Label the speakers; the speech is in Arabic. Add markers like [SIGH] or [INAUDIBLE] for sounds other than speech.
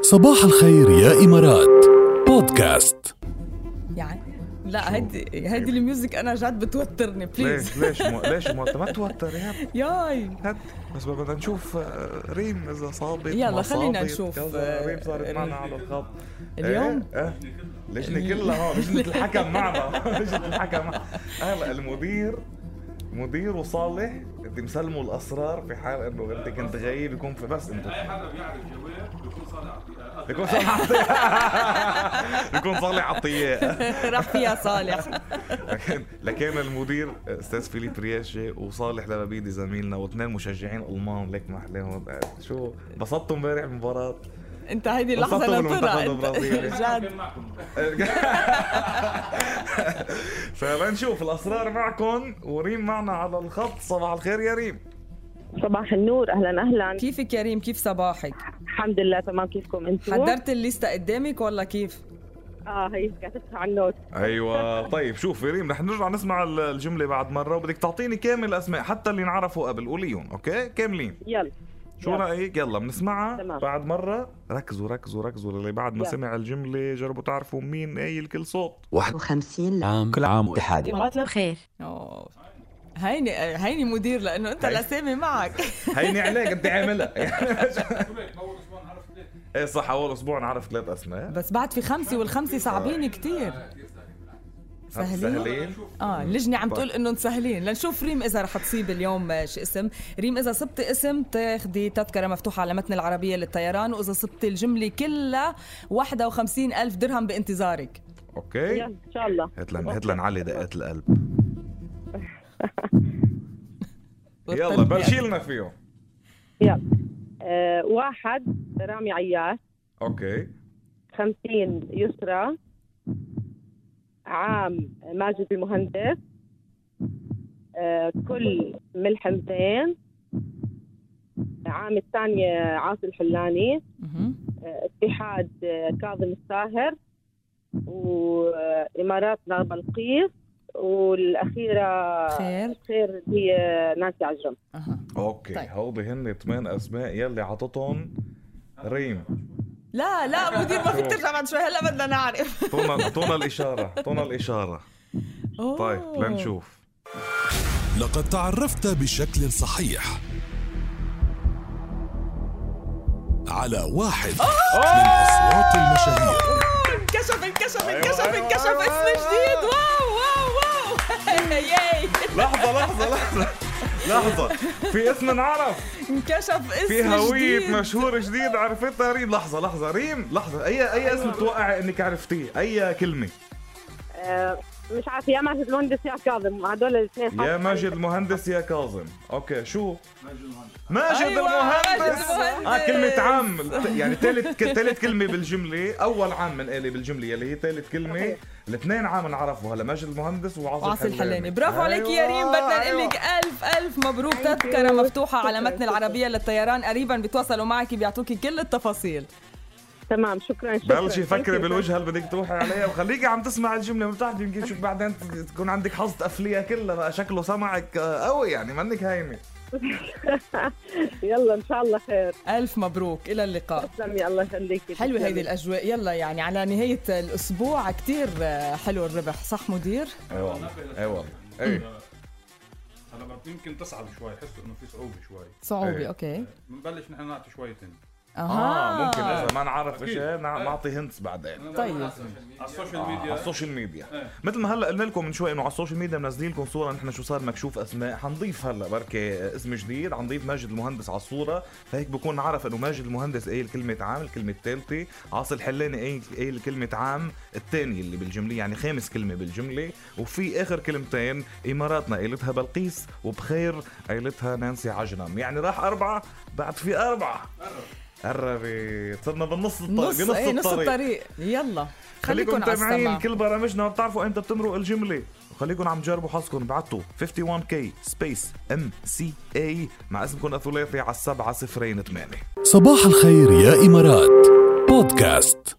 Speaker 1: صباح الخير يا إمارات بودكاست
Speaker 2: يعني لا هدي هدي الميوزك انا جد بتوترني بليز
Speaker 3: ليش ليش مو... ليش موتر ما توتر يا ابني.
Speaker 2: [LAUGHS] ياي
Speaker 3: هات بس بدنا نشوف آه، ريم اذا صابت
Speaker 2: يلا
Speaker 3: ما
Speaker 2: خلينا
Speaker 3: صابت،
Speaker 2: نشوف،
Speaker 3: كذا
Speaker 2: آه،
Speaker 3: ريم صارت
Speaker 2: ريم.
Speaker 3: معنا على الخط
Speaker 2: اليوم
Speaker 3: ايه إيه. لجنه كلها
Speaker 2: [LAUGHS]
Speaker 3: هون لجنه الحكم معنا [LAUGHS] لجنه الحكم معنا هلا المدير مدير وصالح بدهم يسلموا الاسرار في حال انه انت كنت غايب يكون في بس انت يكون صالح عطيه يكون صالح عطيه
Speaker 2: راح فيها صالح
Speaker 3: لكن لكن المدير استاذ فيليب رياشي وصالح لبابيدي زميلنا واثنين مشجعين المان لك ما احلاهم شو انبسطتوا امبارح [LAUGHS] بالمباراه
Speaker 2: انت هيدي اللحظه
Speaker 3: وصلتوا
Speaker 2: ناطرها
Speaker 3: بالمنتخب
Speaker 2: أنت.
Speaker 3: البرازيلي.
Speaker 2: [LAUGHS] جد
Speaker 3: فلنشوف الاسرار معكم وريم معنا على الخط صباح الخير يا ريم
Speaker 4: صباح النور اهلا اهلا
Speaker 2: كيفك يا ريم كيف صباحك
Speaker 4: الحمد لله تمام كيفكم انتم
Speaker 2: حضرت الليسته قدامك ولا كيف
Speaker 4: اه هي كاتبتها على النوت
Speaker 3: ايوه طيب شوف يا ريم رح نرجع نسمع ال- الجمله بعد مره وبدك تعطيني كامل الاسماء حتى اللي انعرفوا قبل قوليهم اوكي كاملين
Speaker 4: يلا
Speaker 3: شو
Speaker 4: يلا.
Speaker 3: رايك يلا بنسمعها
Speaker 4: تمام.
Speaker 3: بعد مره ركزوا ركزوا ركزوا للي بعد ما
Speaker 4: يلا.
Speaker 3: سمع الجمله جربوا تعرفوا مين قايل كل صوت
Speaker 5: 51
Speaker 6: عام كل عام وانت حادي
Speaker 5: بخير
Speaker 2: أوه. هيني هيني مدير لانه انت
Speaker 3: هي.
Speaker 2: الاسامي معك
Speaker 3: [LAUGHS]
Speaker 2: [LAUGHS]
Speaker 3: هيني عليك انت [LAUGHS] عاملها إيه ايه صح اول اسبوع نعرف ثلاث اسماء
Speaker 2: بس بعد في خمسه والخمسه صعبين كتير سهلين اه اللجنه عم
Speaker 3: طيب.
Speaker 2: تقول انهم سهلين لنشوف ريم اذا رح تصيب اليوم آه، شو اسم ريم اذا صبتي اسم تاخدي تذكره مفتوحه على متن العربيه للطيران واذا صبتي الجمله كلها 51 الف درهم بانتظارك
Speaker 3: اوكي
Speaker 4: يلا ان شاء الله
Speaker 3: هات لنا هات لنا علي دقات القلب يلا بلشي لنا فيه
Speaker 4: يلا آه واحد رامي عياش
Speaker 3: اوكي
Speaker 4: 50 يسرى عام ماجد المهندس آه كل ملحم زين عام الثانية عاصي الحلاني
Speaker 2: مهم.
Speaker 4: آه، اتحاد آه، كاظم الساهر وإمارات نار بلقيس والأخيرة
Speaker 2: خير
Speaker 4: خير هي آه، نانسي عجرم
Speaker 2: أها.
Speaker 3: اوكي
Speaker 2: طيب.
Speaker 3: هودي هن ثمان اسماء يلي
Speaker 2: [LAUGHS]
Speaker 3: عطتهم ريم
Speaker 2: لا لا مدير ما فيك ترجع بعد شوي هلا بدنا نعرف
Speaker 3: اعطونا اعطونا الاشاره اعطونا الاشاره
Speaker 2: أوه.
Speaker 3: طيب لنشوف
Speaker 1: لقد تعرفت بشكل صحيح على واحد من أصوات المشاهير
Speaker 2: انكشف انكشف
Speaker 3: أيوة،
Speaker 2: انكشف
Speaker 3: أيوة،
Speaker 2: انكشف
Speaker 3: أيوة.
Speaker 2: اسم جديد واو واو واو [LAUGHS] ياي
Speaker 3: لحظه لحظه لحظه لحظه في اسم انعرف
Speaker 2: انكشف اسم
Speaker 3: في
Speaker 2: جديد.
Speaker 3: هويه مشهور جديد عرفتها ريم لحظه لحظه ريم لحظه اي
Speaker 2: أيوة،
Speaker 3: اي اسم توقع انك عرفتيه اي كلمه
Speaker 4: آه، مش عارف يا ماجد المهندس يا كاظم هدول الاثنين
Speaker 3: يا
Speaker 4: حاطين-
Speaker 3: ماجد المهندس يا كاظم اوكي شو ماجد
Speaker 2: أيوة،
Speaker 3: المهندس
Speaker 2: ماجد المهندس.
Speaker 3: اه كلمة عام يعني ثالث ثالث كلمة بالجملة أول عام من قالي بالجملة اللي هي ثالث كلمة الاثنين عام نعرفوا هلا ماجد المهندس أيوة. وعاصي
Speaker 2: وعاصي
Speaker 3: الحلاني
Speaker 2: الحلاني برافو عليك يا ريم بدنا نقول لك ألف ألف مبروك تذكرة مفتوحة على متن العربية للطيران قريبا بيتواصلوا معك بيعطوكي كل التفاصيل
Speaker 4: تمام شكرا شكرا [LAUGHS]
Speaker 3: بلشي فكري بالوجهه اللي بدك تروحي عليها وخليكي عم تسمع الجمله من تحت يمكن شوف بعدين تكون عندك حظ تقفليها كلها بقى شكله سمعك آه، قوي يعني منك هايمه
Speaker 4: يلا ان شاء الله خير
Speaker 2: ألف مبروك إلى اللقاء
Speaker 4: تسلمي الله يخليكي
Speaker 2: حلوة
Speaker 4: تسلمي.
Speaker 2: هيدي الأجواء يلا يعني على نهاية الأسبوع كتير آه، حلو الربح صح مدير؟
Speaker 3: اي والله اي والله إيه. اي
Speaker 7: هلا بت- يمكن تصعب شوي حسوا انه في صعوبه شوي
Speaker 2: صعوبة
Speaker 3: إيه.
Speaker 2: أوكي
Speaker 7: بنبلش نحن نعطي شويتين
Speaker 3: اه ممكن
Speaker 2: أها
Speaker 3: اذا ما نعرف ايش
Speaker 7: أكيد.
Speaker 3: هي، نع- نعطي هنتس بعدين
Speaker 2: طيب
Speaker 7: على السوشيال
Speaker 3: آه، على
Speaker 7: ميديا
Speaker 3: السوشيال ميديا
Speaker 7: إيه.
Speaker 3: مثل ما هلا قلنا لكم من شوي انه على السوشيال ميديا منزلين لكم صوره نحن شو صار مكشوف اسماء حنضيف هلا بركي اسم جديد حنضيف ماجد المهندس على الصوره فهيك بكون عرف انه ماجد المهندس قايل كلمه عام الكلمه الثالثه عاصي الحلاني قايل- قايل كلمه عام الثاني اللي بالجمله يعني خامس كلمه بالجمله وفي اخر كلمتين اماراتنا قايلتها بلقيس وبخير قايلتها نانسي عجنم يعني راح اربعه بعد في اربعه قربت صرنا بالنص الطريق
Speaker 2: نص
Speaker 3: طيب، بنص
Speaker 2: إيه نص
Speaker 3: الطريق
Speaker 2: الطريق يلا
Speaker 3: خليكم
Speaker 2: خليكم على
Speaker 3: متابعين
Speaker 2: السماع
Speaker 3: كل برامجنا وبتعرفوا امتى بتمرق الجمله وخليكم عم تجربوا حظكم بعتوا 51k سبيس ام سي اي E مع اسمكم الثلاثي على السبعة صفرين ثمانية
Speaker 1: صباح الخير يا إمارات بودكاست